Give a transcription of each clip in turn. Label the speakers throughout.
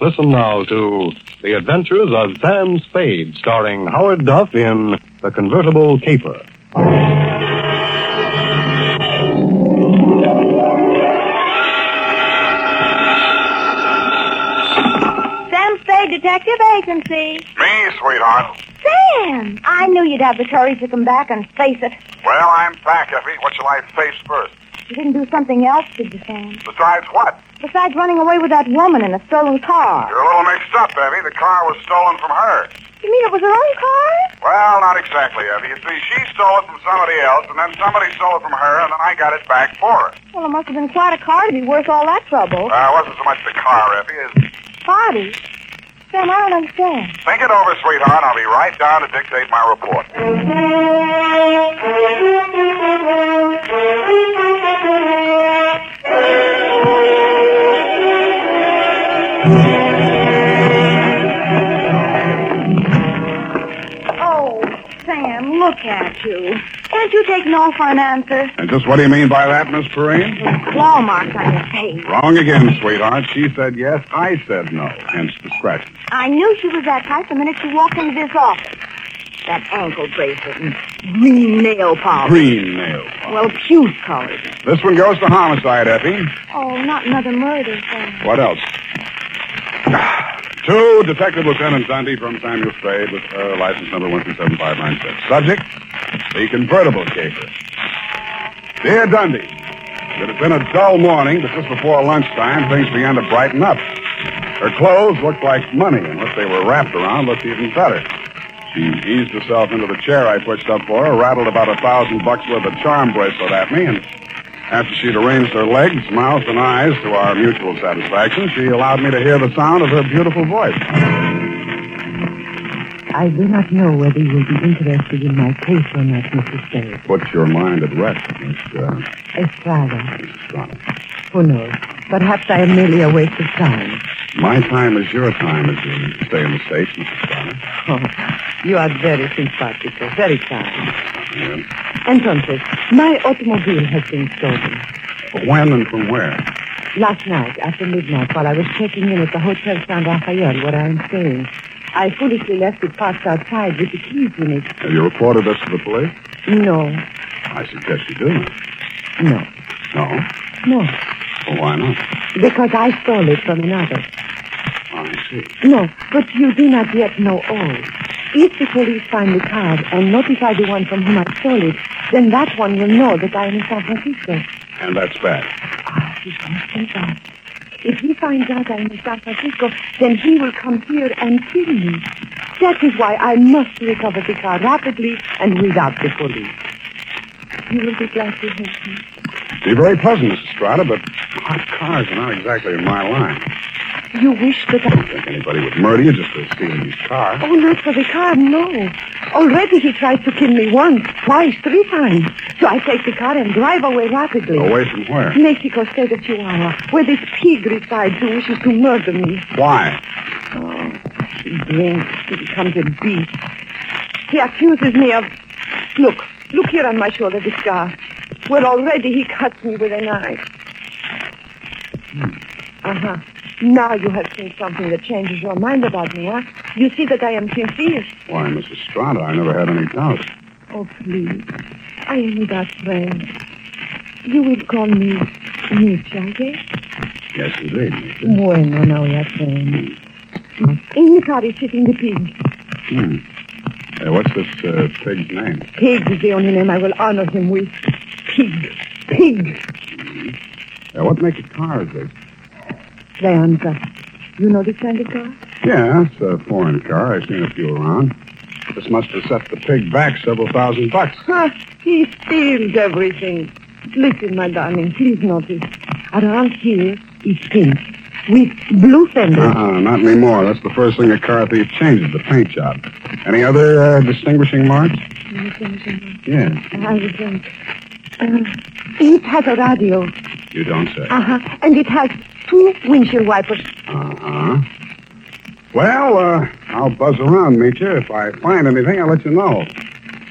Speaker 1: Listen now to The Adventures of Sam Spade, starring Howard Duff in The Convertible Caper.
Speaker 2: Sam Spade Detective Agency.
Speaker 3: Me, sweetheart.
Speaker 2: Sam! I knew you'd have the courage to come back and face it.
Speaker 3: Well, I'm back, Effie. What shall I face first?
Speaker 2: You didn't do something else, did you, Sam?
Speaker 3: Besides what?
Speaker 2: Besides running away with that woman in a stolen car.
Speaker 3: You're a little mixed up, Effie. The car was stolen from her.
Speaker 2: You mean it was her own car?
Speaker 3: Well, not exactly, Effie. You see, she stole it from somebody else, and then somebody stole it from her, and then I got it back for her.
Speaker 2: Well, it must have been quite a car to be worth all that trouble.
Speaker 3: Uh, it wasn't so much the car, Effie, as...
Speaker 2: Body. Sam, I don't understand.
Speaker 3: Think it over, sweetheart. I'll be right down to dictate my report.
Speaker 2: Oh, Sam, look at you. Can't you take no for an answer?
Speaker 3: And just what do you mean by that, Miss Perrine?
Speaker 2: Claw marks on your face.
Speaker 3: Wrong again, sweetheart. She said yes, I said no, hence the scratches.
Speaker 2: I knew she was that type the minute she walked into this office. That ankle bracelet and green nail polish.
Speaker 3: Green nail.
Speaker 2: Well, puce colored.
Speaker 3: This one goes to homicide, Effie.
Speaker 2: Oh, not another murder, Sam.
Speaker 3: What else? To Detective Lieutenant Dundee from Samuel Spade with uh, license number 137596. Subject, the convertible caper. Dear Dundee, it had been a dull morning, but just before lunchtime, things began to brighten up. Her clothes looked like money, and what they were wrapped around looked even better. She eased herself into the chair I pushed up for her, rattled about a thousand bucks worth of charm bracelet at me, and after she'd arranged her legs, mouth, and eyes to our mutual satisfaction, she allowed me to hear the sound of her beautiful voice.
Speaker 4: I do not know whether you will be interested in my case or not, Mr. Spade.
Speaker 3: Put your mind at rest, Miss, uh,
Speaker 4: Estrada,
Speaker 3: Miss Strada.
Speaker 4: who knows? Perhaps I am merely a waste of time.
Speaker 3: My time is your time as you stay in the States, Mrs. Strada.
Speaker 4: Oh, you are very simpatico, very kind.
Speaker 3: Yes.
Speaker 4: Entonces, my automobile has been stolen.
Speaker 3: But When and from where?
Speaker 4: Last night, after midnight, while I was checking in at the Hotel San Rafael, where I am staying, I foolishly left it parked outside with the keys in it.
Speaker 3: Have you reported this to the police?
Speaker 4: No,
Speaker 3: I suggest you do.
Speaker 4: no,
Speaker 3: No?
Speaker 4: no,
Speaker 3: Well, why not?
Speaker 4: because I stole it from another.
Speaker 3: I see.
Speaker 4: No, but you do not yet know all. If the police find the card and notify the one from whom I stole it, then that one will know that I am in San Francisco.
Speaker 3: And that's bad.
Speaker 4: Ah, he must be that. If he finds out I am in San Francisco, then he will come here and kill me. That is why I must recover the car rapidly and without the police. You will be glad to help me.
Speaker 3: Be very pleasant, Mrs. Strada, but hot cars are not exactly in my line.
Speaker 4: You wish that I...
Speaker 3: I don't think anybody would murder you just for stealing his car.
Speaker 4: Oh, not for the car, no. Already he tried to kill me once, twice, three times. So I take the car and drive away rapidly.
Speaker 3: Away from where?
Speaker 4: Mexico State of Chihuahua, where this pig resides who wishes to murder me.
Speaker 3: Why?
Speaker 4: Oh, he drinks. He becomes a beast. He accuses me of... Look, look here on my shoulder, the scar, where already he cuts me with a knife. Uh-huh. Now you have seen something that changes your mind about me, huh? You see that I am sincere.
Speaker 3: Why, Mrs. Strada, I never had any doubts.
Speaker 4: Oh, please. I am without friends. You will call me Nietzsche, okay?
Speaker 3: Yes, indeed. Mrs.
Speaker 4: Bueno, now we are friends. In the car is sitting the pig.
Speaker 3: Hmm. Uh, what's this uh, pig's name?
Speaker 4: Pig is the only name I will honor him with. Pig. Pig.
Speaker 3: Uh, what make of cars? This?
Speaker 4: Leandra, you know this kind of car?
Speaker 3: Yeah, it's a Uh, foreign car. I've seen a few around. This must have set the pig back several thousand bucks.
Speaker 4: Huh, he steals everything. Listen, my darling, please notice. Around here is pink with blue fenders.
Speaker 3: Uh-uh, not anymore. That's the first thing a car thief changes, the paint job. Any other uh, distinguishing marks? Yeah.
Speaker 4: I will drink. Uh, it has a radio.
Speaker 3: You don't say.
Speaker 4: Uh-huh. And it has two windshield wipers.
Speaker 3: Uh-huh. Well, uh, I'll buzz around, Meacher. If I find anything, I'll let you know.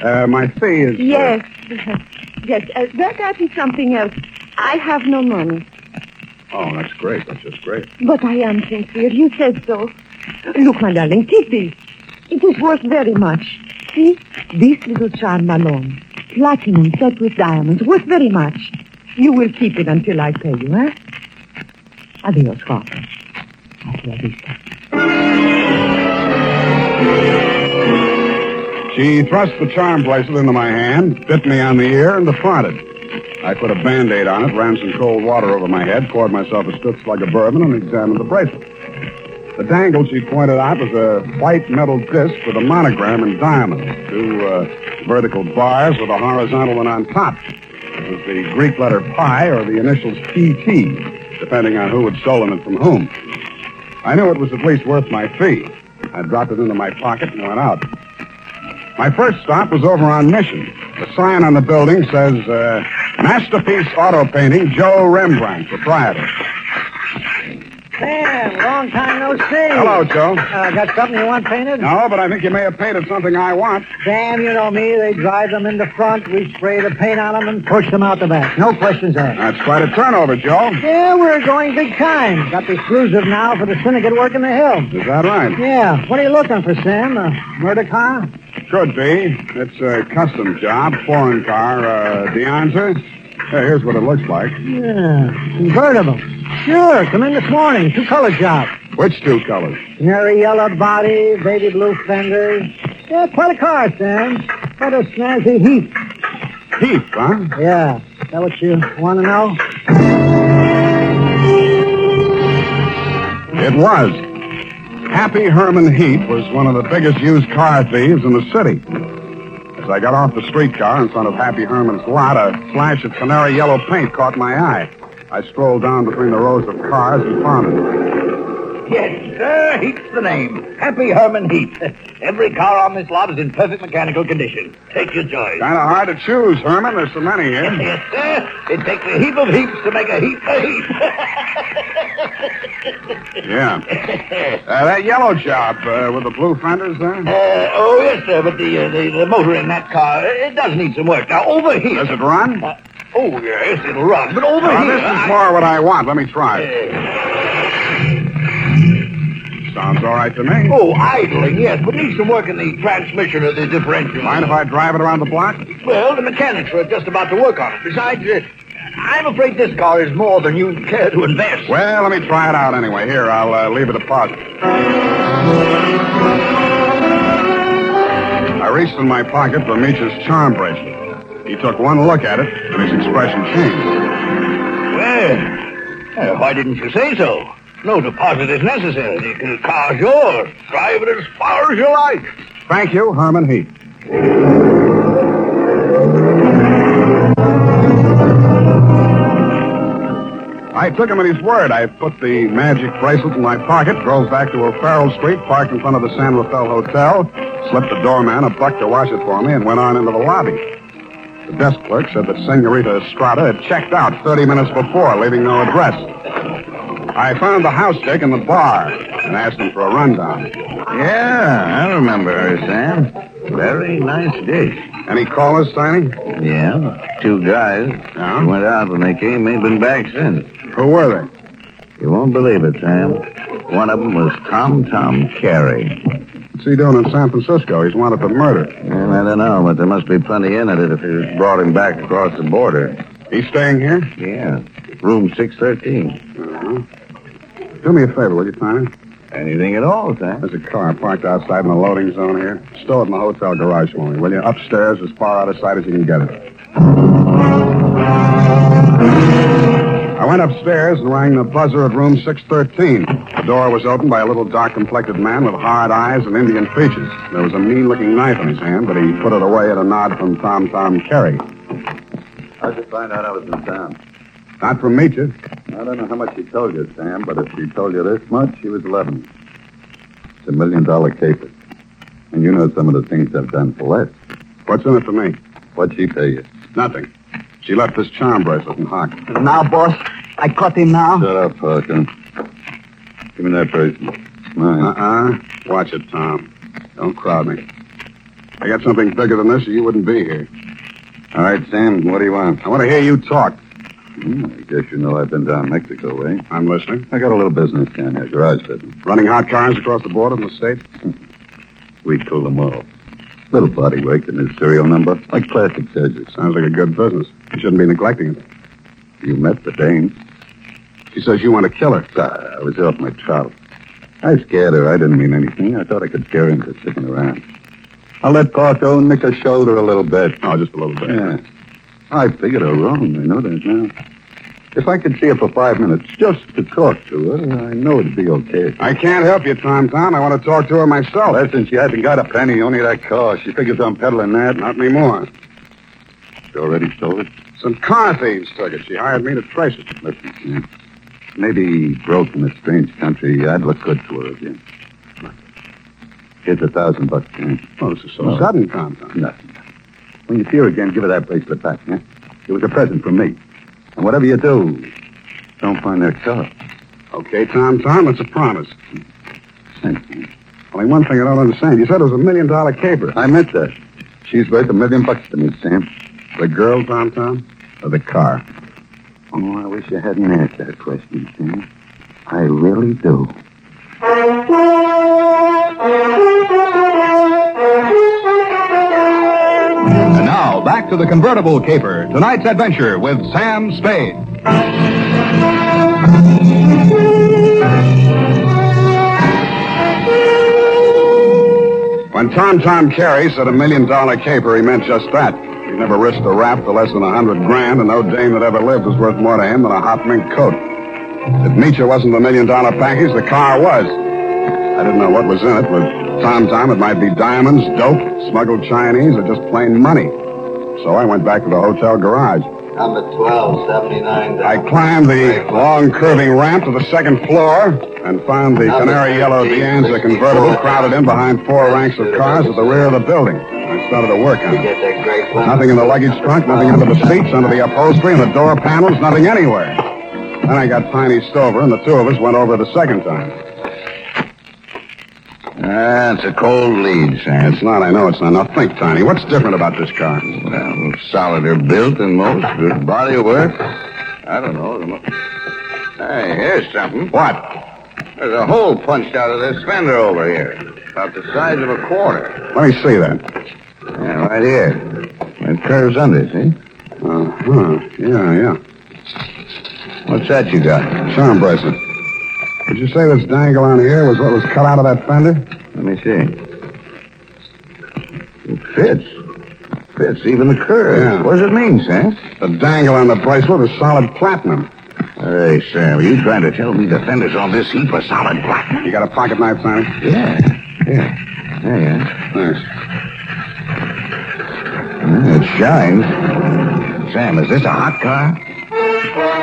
Speaker 3: Uh, my fee is... uh,
Speaker 4: Yes. yes. Uh, that, that is something else. I have no money.
Speaker 3: Oh, that's great. That's just great.
Speaker 4: But I am sincere. You said so. Look, my darling, take this. It is worth very much. See? This little charm alone. Platinum set with diamonds. Worth very much. You will keep it until I pay you, eh? Adios, father. Hasta la vista.
Speaker 3: She thrust the charm bracelet into my hand, bit me on the ear, and departed. I put a band-aid on it, ran some cold water over my head, poured myself a stutz like a bourbon, and examined the bracelet. The dangle she pointed out was a white metal disc with a monogram in diamonds, two uh, vertical bars with a horizontal one on top. It was the Greek letter pi or the initials PT, depending on who had stolen it from whom. I knew it was at least worth my fee. I dropped it into my pocket and went out. My first stop was over on Mission. The sign on the building says, uh, Masterpiece Auto Painting, Joe Rembrandt, proprietor.
Speaker 5: Man, long time no see.
Speaker 3: Hello, Joe.
Speaker 5: Uh, got something you want painted?
Speaker 3: No, but I think you may have painted something I want.
Speaker 5: Damn, you know me. They drive them in the front. We spray the paint on them and push them out the back. No questions asked.
Speaker 3: That's quite a turnover, Joe.
Speaker 5: Yeah, we're going big time. Got the exclusive now for the syndicate working the hill.
Speaker 3: Is that right?
Speaker 5: Yeah. What are you looking for, Sam? A murder car?
Speaker 3: Could be. It's a custom job, foreign car, uh, the answer. Yeah, here's what it looks like.
Speaker 5: Yeah. Convertible. Sure. Come in this morning. Two color job.
Speaker 3: Which two colors?
Speaker 5: Canary yellow body, baby blue fenders. Yeah, quite a car, Sam. Quite a snazzy heap.
Speaker 3: Heath, huh?
Speaker 5: Yeah. Is that what you want to know?
Speaker 3: It was. Happy Herman Heath was one of the biggest used car thieves in the city. As I got off the streetcar in front of Happy Herman's lot, a flash of canary yellow paint caught my eye. I strolled down between the rows of cars and found him.
Speaker 6: Yes, sir. Heath's the name. Happy Herman Heath. Every car on this lot is in perfect mechanical condition. Take your choice.
Speaker 3: Kind of hard to choose, Herman. There's so many here.
Speaker 6: Yes, sir. It takes a heap of heaps to make a heap a heap.
Speaker 3: Yeah. Uh, that yellow job uh, with the blue fenders
Speaker 6: uh,
Speaker 3: there?
Speaker 6: oh, yes, sir. But the, uh, the the motor in that car uh, it does need some work. Now over here.
Speaker 3: Does it run?
Speaker 6: Uh, oh yes, it'll run. But over
Speaker 3: Now,
Speaker 6: here.
Speaker 3: this is
Speaker 6: I-
Speaker 3: more what I want. Let me try it.
Speaker 6: Uh,
Speaker 3: Sounds all right to me.
Speaker 6: oh, idling, yes, but needs some work in the transmission or the differential.
Speaker 3: Mind if I drive it around the block?
Speaker 6: Well, the mechanics were just about to work on it. Besides, uh, I'm afraid this car is more than you care to invest.
Speaker 3: Well, let me try it out anyway. Here, I'll uh, leave a deposit. I reached in my pocket for Meech's charm bracelet. He took one look at it, and his expression changed.
Speaker 6: Well, uh, why didn't you say so? No deposit is necessary. The car's yours. Drive it as far as you like.
Speaker 3: Thank you, Herman Heath. I took him at his word. I put the magic bracelet in my pocket, drove back to O'Farrell Street, parked in front of the San Rafael Hotel, slipped the doorman a buck to wash it for me, and went on into the lobby. The desk clerk said that Senorita Estrada had checked out 30 minutes before, leaving no address. I found the house chick in the bar and asked him for a rundown.
Speaker 7: Yeah, I remember her, Sam. Very nice dish.
Speaker 3: Any callers, Steiny?
Speaker 7: Yeah, two guys.
Speaker 3: Yeah?
Speaker 7: Went out when they came, ain't been back since.
Speaker 3: Who were they?
Speaker 7: You won't believe it, Sam. One of them was Tom Tom Carey.
Speaker 3: What's he doing in San Francisco? He's wanted for murder.
Speaker 7: And I don't know, but there must be plenty in it if you brought him back across the border.
Speaker 3: He's staying here? Uh-huh.
Speaker 7: Yeah, room 613.
Speaker 3: Do me a favor, will you, Tiny?
Speaker 7: Anything at all, Sam?
Speaker 3: There's a car parked outside in the loading zone here. Stow it in the hotel garage for me, will you? Upstairs, as far out of sight as you can get it. I went upstairs and rang the buzzer at room 613. The door was opened by a little dark-complected man with hard eyes and Indian features. There was a mean-looking knife in his hand, but he put it away at a nod from Tom Tom Carey.
Speaker 7: How'd you find out I was in town?
Speaker 3: Not from Meacher.
Speaker 7: I don't know how much he told you, Sam, but if he told you this much, he was 11. It's a million dollar caper. And you know some of the things I've done for less.
Speaker 3: What's in it for me?
Speaker 7: What'd she pay you?
Speaker 3: Nothing. She left this charm bracelet in Hock.
Speaker 5: Now, boss. I caught him now.
Speaker 7: Shut up, Parker. Give me that bracelet. It's Mine.
Speaker 3: Uh-uh. Watch it, Tom. Don't crowd me. I got something bigger than this, or you wouldn't be here.
Speaker 7: All right, Sam, what do you want?
Speaker 3: I want to hear you talk.
Speaker 7: Hmm, I guess you know I've been down Mexico, eh?
Speaker 3: I'm listening.
Speaker 7: I got a little business down here, garage business.
Speaker 3: Running hot cars across the border from the state?
Speaker 7: We cool them all. Little body work and his serial number, like plastic surgery.
Speaker 3: Sounds like a good business. You shouldn't be neglecting it.
Speaker 7: You met the dame.
Speaker 3: She says you want to kill her.
Speaker 7: Ah, I was off my trout. I scared her. I didn't mean anything. I thought I could scare her into sticking around. I let Parko nick her shoulder a little bit.
Speaker 3: Oh, just a little bit.
Speaker 7: Yeah. I figured her wrong. I know that now. If I could see her for five minutes just to talk to her, I know it'd be okay.
Speaker 3: I can't help you, Tom Tom. I want to talk to her myself.
Speaker 7: Listen, she hasn't got a penny, only that car. She figures on peddling that.
Speaker 3: Not anymore.
Speaker 7: You already sold it?
Speaker 3: Some car thieves took it. She hired me to trace it.
Speaker 7: Listen, Sam. Maybe broke in a strange country, I'd look good to her again. Here's a thousand bucks, Sam.
Speaker 3: Oh, this is so
Speaker 7: No.
Speaker 3: sudden, Tom Tom.
Speaker 7: Nothing. When you see her again, give her that bracelet back, huh? It was a present from me. And whatever you do, don't find that car.
Speaker 3: Okay, Tom Tom, it's a promise.
Speaker 7: Thanks, man.
Speaker 3: Only one thing I don't understand. You said it was a million dollar caper.
Speaker 7: I meant that. She's worth a million bucks to me, Sam.
Speaker 3: The girl, Tom Tom? Or the car?
Speaker 7: Oh, I wish you hadn't asked that question, Sam. I really do.
Speaker 1: And now, back to the convertible caper. Tonight's adventure with Sam Spade.
Speaker 3: When Tom Tom Carey said a million dollar caper, he meant just that. He never risked a rap for less than a hundred grand, and no dame that ever lived was worth more to him than a hot mink coat. If Nietzsche wasn't the million dollar package, the car was. I didn't know what was in it, but Tom Tom, it might be diamonds, dope, smuggled Chinese, or just plain money. So I went back to the hotel garage.
Speaker 6: Number 1279.
Speaker 3: I climbed the long curving ramp to the second floor and found the canary yellow Deanza convertible crowded in behind four ranks of cars at the rear of the building. I started to work on it.
Speaker 6: Get that great
Speaker 3: Nothing in the luggage trunk, nothing under the seats, under the upholstery, and the door panels, nothing anywhere. Then I got Piney Stover, and the two of us went over the second time.
Speaker 6: That's a cold lead, Sam.
Speaker 3: It's not, I know it's not. Now think, Tiny, what's different about this car?
Speaker 6: Well, solider built than most. Good body of work. I don't know. the mo- Hey, here's something.
Speaker 3: What?
Speaker 6: There's a hole punched out of this fender over here. About the size of a quarter.
Speaker 3: Let me see that.
Speaker 6: Yeah, right here. It curves under, see?
Speaker 3: Uh-huh. Yeah, yeah.
Speaker 6: What's that you got?
Speaker 3: Charm bracelet. Did you say this dangle on here was what was cut out of that fender?
Speaker 6: Let me see. It fits. Fits even the curve.
Speaker 3: Yeah.
Speaker 6: What does it mean, Sam?
Speaker 3: The dangle on the bracelet is solid platinum.
Speaker 6: Hey, Sam, are you trying to tell me the fenders on this heap are solid platinum?
Speaker 3: You got a pocket knife, Sonny?
Speaker 6: Yeah, yeah. Yeah, yeah.
Speaker 3: Thanks.
Speaker 6: Mm, it shines. Sam, is this a hot car?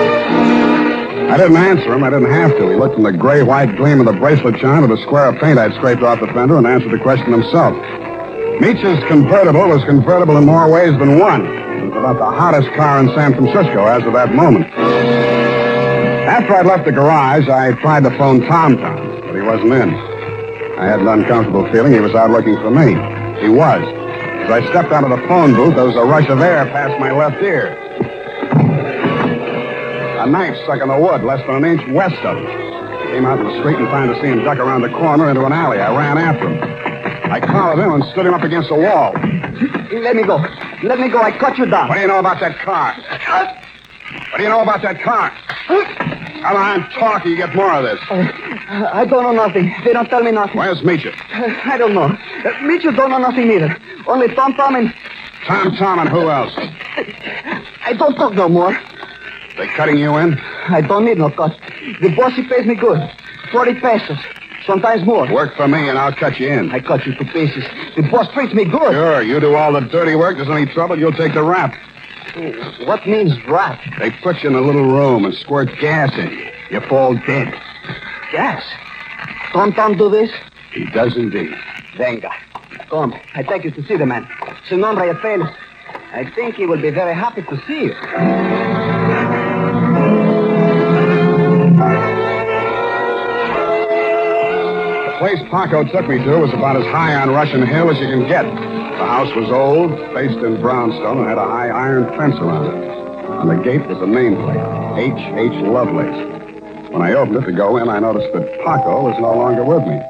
Speaker 3: I didn't answer him. I didn't have to. He looked in the gray-white gleam of the bracelet shine with a square of paint I'd scraped off the fender and answered the question himself. Meech's convertible was convertible in more ways than one. It was about the hottest car in San Francisco as of that moment. After I left the garage, I tried to phone Tom Tom, but he wasn't in. I had an uncomfortable feeling he was out looking for me. He was. As I stepped out of the phone booth, there was a rush of air past my left ear. A knife stuck in the wood less than an inch west of him. Came out to the street in time to see him duck around the corner into an alley. I ran after him. I collared him and stood him up against the wall.
Speaker 5: Let me go. Let me go. I cut you down.
Speaker 3: What do you know about that car? What do you know about that car? Come on, talk or you get more of this.
Speaker 5: I don't know nothing. They don't tell me nothing.
Speaker 3: Where's Meacher?
Speaker 5: I don't know. Uh, Mitchell don't know nothing either. Only Tom Tom and
Speaker 3: Tom Tom and who else?
Speaker 5: I don't talk no more.
Speaker 3: They cutting you in?
Speaker 5: I don't need no cut. The boss, he pays me good. 40 pesos. Sometimes more.
Speaker 3: Work for me and I'll cut you in.
Speaker 5: I cut you to pieces. The boss treats me good.
Speaker 3: Sure, you do all the dirty work. There's any trouble, you'll take the rap.
Speaker 5: What means rat?
Speaker 3: They put you in a little room and squirt gas in you. You fall dead.
Speaker 5: Gas. Tom Tom do this?
Speaker 3: He does indeed.
Speaker 5: Venga. Come. I take you to see the man. Su nombre es Félix. I think he will be very happy to see you.
Speaker 3: place Paco took me to was about as high on Russian Hill as you can get. The house was old, faced in brownstone, and had a high iron fence around it. On the gate was a nameplate, H. H. Lovelace. When I opened it to go in, I noticed that Paco was no longer with me.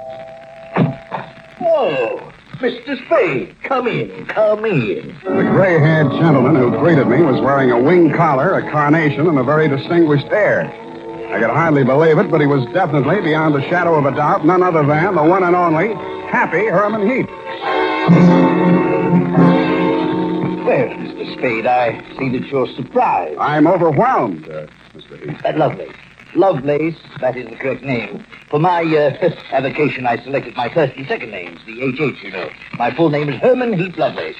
Speaker 6: Oh, Mr. Spade, come in, come in.
Speaker 3: The gray-haired gentleman who greeted me was wearing a wing collar, a carnation, and a very distinguished air. I could hardly believe it, but he was definitely, beyond the shadow of a doubt, none other than the one and only Happy Herman Heath.
Speaker 6: Well, Mr. Spade, I see that you're surprised.
Speaker 3: I'm overwhelmed, uh, Mr. Heath.
Speaker 6: That Lovelace. Lovelace, that is the correct name. For my uh, avocation, I selected my first and second names, the HH, you know. My full name is Herman Heath Lovelace.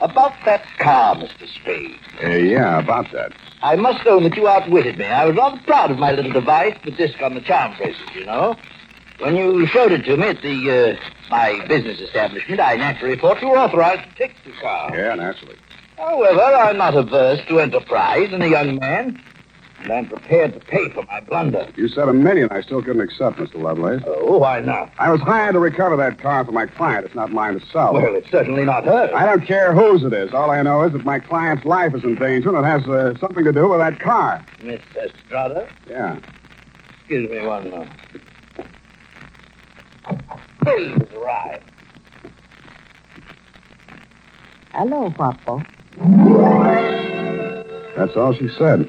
Speaker 6: About that car, Mr. Spade,
Speaker 3: Uh, yeah, about that.
Speaker 6: I must own that you outwitted me. I was rather proud of my little device, the disc on the charm bracelet, you know. When you showed it to me at the uh, my business establishment, I naturally thought you were authorized to take the car.
Speaker 3: Yeah, naturally.
Speaker 6: However, Oh, I'm not averse to enterprise in a young man, and I'm prepared to pay for my blunder.
Speaker 3: You said a million I still couldn't accept, Mr. Lovelace.
Speaker 6: Oh, why not?
Speaker 3: I was hired to recover that car for my client. It's not mine to sell.
Speaker 6: Well, it's certainly not her.
Speaker 3: I don't care whose it is. All I know is that my client's life is in danger, and it has uh, something to do with that car.
Speaker 6: Miss Estrada,
Speaker 3: Yeah.
Speaker 6: excuse me one moment. Please arrive.
Speaker 4: Hello, Papo.
Speaker 3: That's all she said.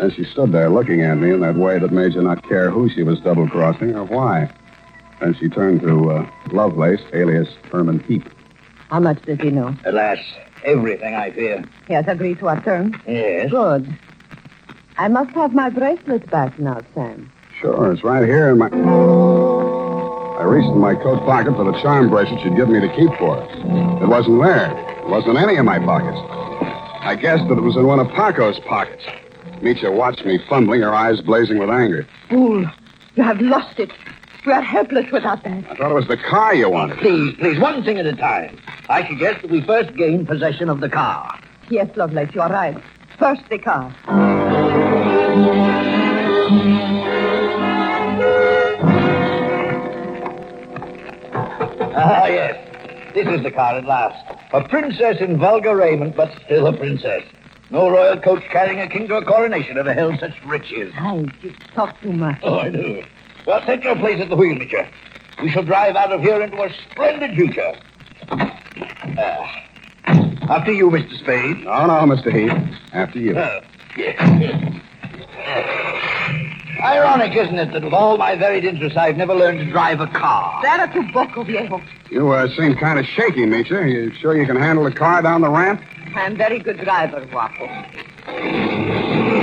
Speaker 3: Then she stood there looking at me in that way that made you not care who she was double crossing or why. Then she turned to uh, Lovelace, alias Herman Heap.
Speaker 4: How much does he know?
Speaker 6: Alas, everything I fear.
Speaker 4: He has agreed to our terms.
Speaker 6: Yes.
Speaker 4: Good. I must have my bracelet back now, Sam.
Speaker 3: Sure, it's right here in my. I reached in my coat pocket for the charm bracelet she'd given me to keep for her. It wasn't there. It wasn't in any of my pockets. I guessed that it was in one of Paco's pockets. Mitya watched me fumbling, her eyes blazing with anger.
Speaker 4: Fool. You have lost it. We are helpless without that.
Speaker 3: I thought it was the car you wanted.
Speaker 6: Please, please, one thing at a time. I suggest that we first gain possession of the car.
Speaker 4: Yes, Lovelace, you are right. First the car.
Speaker 6: Ah, yes. This is the car at last. A princess in vulgar raiment, but still a princess. No royal coach carrying a king to a coronation ever held such riches.
Speaker 4: I you talk too much.
Speaker 6: Oh, I do. Well, take your place at the wheel, Mitchell. We shall drive out of here into a splendid future. Ah. after you, Mr. Spade.
Speaker 3: No, no, Mr. Heath. After you.
Speaker 6: Oh, yes. Ironic, isn't it, that of all my varied interests, I've never learned to drive a car?
Speaker 4: Sarah to Boco Viejo.
Speaker 3: You uh, seem kind of shaky, Mitya. You sure you can handle the car down the ramp?
Speaker 4: I am very good driver, Wapo.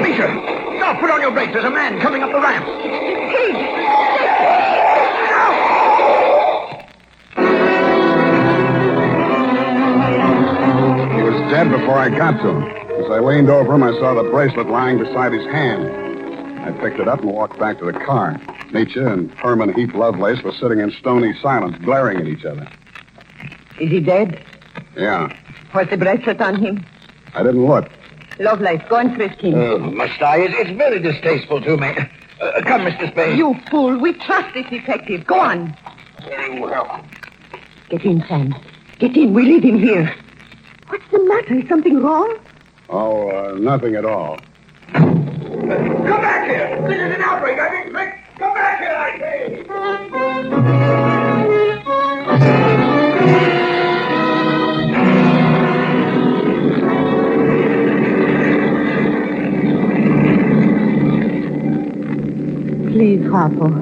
Speaker 6: Mitchell, stop! Put on your brakes. There's a man coming up the ramp.
Speaker 3: He was dead before I got to him. As I leaned over him, I saw the bracelet lying beside his hand. I picked it up and walked back to the car. Nietzsche and Herman Heath Lovelace were sitting in stony silence, glaring at each other.
Speaker 4: Is he dead?
Speaker 3: Yeah.
Speaker 4: Was the bracelet on him?
Speaker 3: I didn't look.
Speaker 4: Lovelace, go and frisk him.
Speaker 6: Oh, must I? It- it's very distasteful to me. Uh, come, Mr. Spade.
Speaker 4: You fool. We trust this detective. Go on.
Speaker 6: Very well.
Speaker 4: Get in, Sam. Get in. We leave him here. What's the matter? Is something wrong?
Speaker 3: Oh, uh, nothing at all.
Speaker 6: Come back here. This is an outbreak. I think, Rick. Come back here, I say.
Speaker 4: Please, Wapo.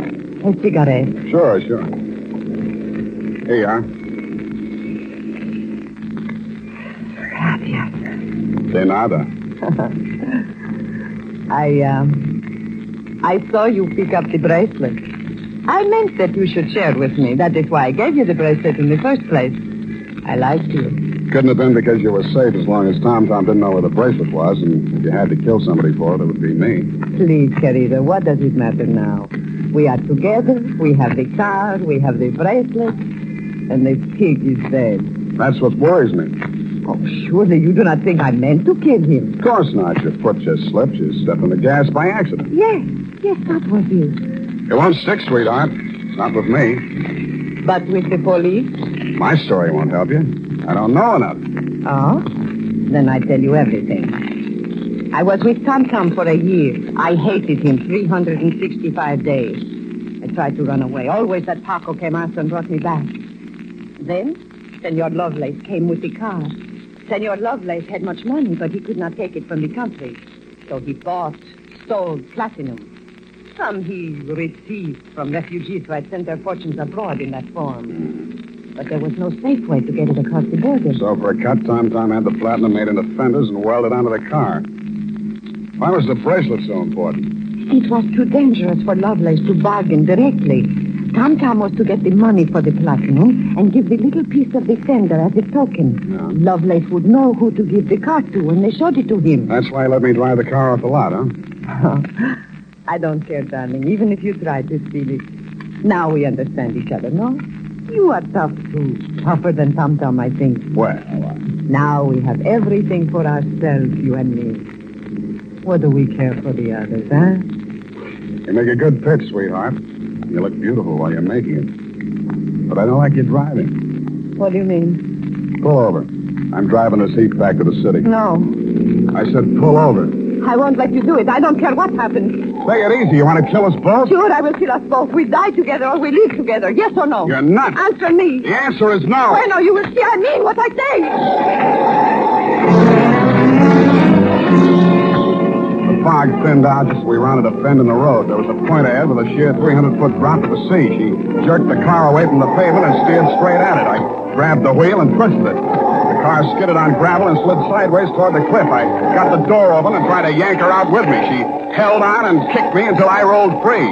Speaker 4: A cigarette.
Speaker 3: Sure, sure. Here you are.
Speaker 4: Gracias.
Speaker 3: De nada.
Speaker 4: I, um, I saw you pick up the bracelet. I meant that you should share with me. That is why I gave you the bracelet in the first place. I liked you.
Speaker 3: Couldn't have been because you were safe as long as Tom Tom didn't know where the bracelet was, and if you had to kill somebody for it, it would be me.
Speaker 4: Please, querida, what does it matter now? We are together, we have the car, we have the bracelet, and the pig is dead.
Speaker 3: That's what worries me.
Speaker 4: Oh, surely you do not think I meant to kill him.
Speaker 3: Of course not. Your foot just slipped. You stepped on the gas by accident.
Speaker 4: Yes, yes, that was it.
Speaker 3: It won't stick, sweetheart. Not with me.
Speaker 4: But with the police?
Speaker 3: My story won't help you. I don't know enough.
Speaker 4: Oh? Then I tell you everything. I was with Tom Tom for a year. I hated him 365 days. I tried to run away. Always that Paco came after and brought me back. Then, Senor Lovelace came with the car. Senor Lovelace had much money, but he could not take it from the country. So he bought, sold platinum. Some he received from refugees who had sent their fortunes abroad in that form. But there was no safe way to get it across the border.
Speaker 3: So for a cut, Tom Tom had the platinum made into fenders and welded onto the car. Why was the bracelet so important?
Speaker 4: It was too dangerous for Lovelace to bargain directly. Tom Tom was to get the money for the platinum and give the little piece of the fender as a token.
Speaker 3: Yeah.
Speaker 4: Lovelace would know who to give the car to when they showed it to him.
Speaker 3: That's why he let me drive the car off the lot, huh?
Speaker 4: I don't care, darling, even if you try to steal it. Now we understand each other, no? You are tough, too. Tougher than Tom Tom, I think.
Speaker 3: Well,
Speaker 4: Now we have everything for ourselves, you and me. What do we care for the others, huh?
Speaker 3: You make a good pitch, sweetheart. You look beautiful while you're making it. But I don't like you driving.
Speaker 4: What do you mean?
Speaker 3: Pull over. I'm driving this heap back to the city.
Speaker 4: No.
Speaker 3: I said pull over.
Speaker 4: I won't let you do it. I don't care what happens.
Speaker 3: Take it easy. You want to kill us both?
Speaker 4: Sure, I will kill us both. We die together or we live together. Yes or no?
Speaker 3: You're nuts.
Speaker 4: Answer me.
Speaker 3: The answer is no.
Speaker 4: Bueno, you will see I mean what I say.
Speaker 3: The fog thinned out just as we rounded a bend in the road. There was a point ahead with a sheer 300-foot drop to the sea. She jerked the car away from the pavement and steered straight at it. I grabbed the wheel and twisted it. The car skidded on gravel and slid sideways toward the cliff. I got the door open and tried to yank her out with me. She held on and kicked me until I rolled free.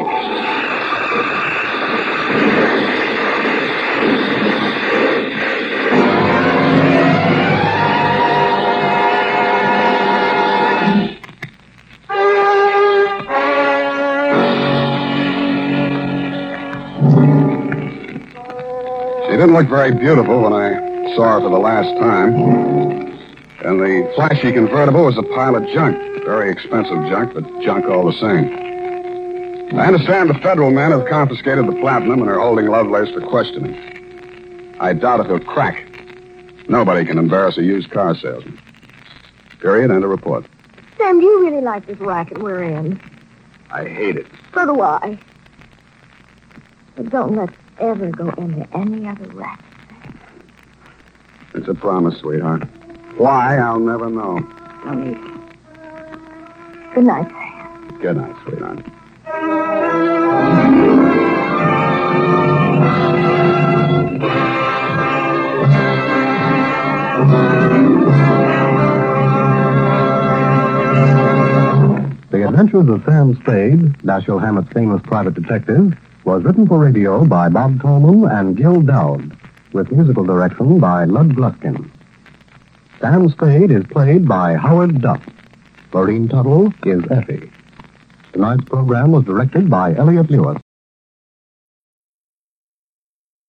Speaker 3: She didn't look very beautiful when I saw her for the last time. And the flashy convertible was a pile of junk. Very expensive junk, but junk all the same. I understand the federal men have confiscated the platinum and are holding Lovelace for questioning. I doubt if he'll crack. Nobody can embarrass a used car salesman. Period. End of report.
Speaker 2: Sam, do you really like this racket we're in?
Speaker 3: I hate it.
Speaker 2: So do I. But don't let's ever go into any other racket.
Speaker 3: It's a promise, sweetheart. Why, I'll never know.
Speaker 2: No need. Good night, Sam.
Speaker 3: Good night, sweetheart.
Speaker 1: The Adventures of Sam Spade, Dashiell Hammett's famous private detective, was written for radio by Bob Tolman and Gil Dowd, with musical direction by Lud Gluskin. Sam Spade is played by Howard Duff. Lorene Tuttle is Effie. Tonight's program was directed by Elliot Lewis.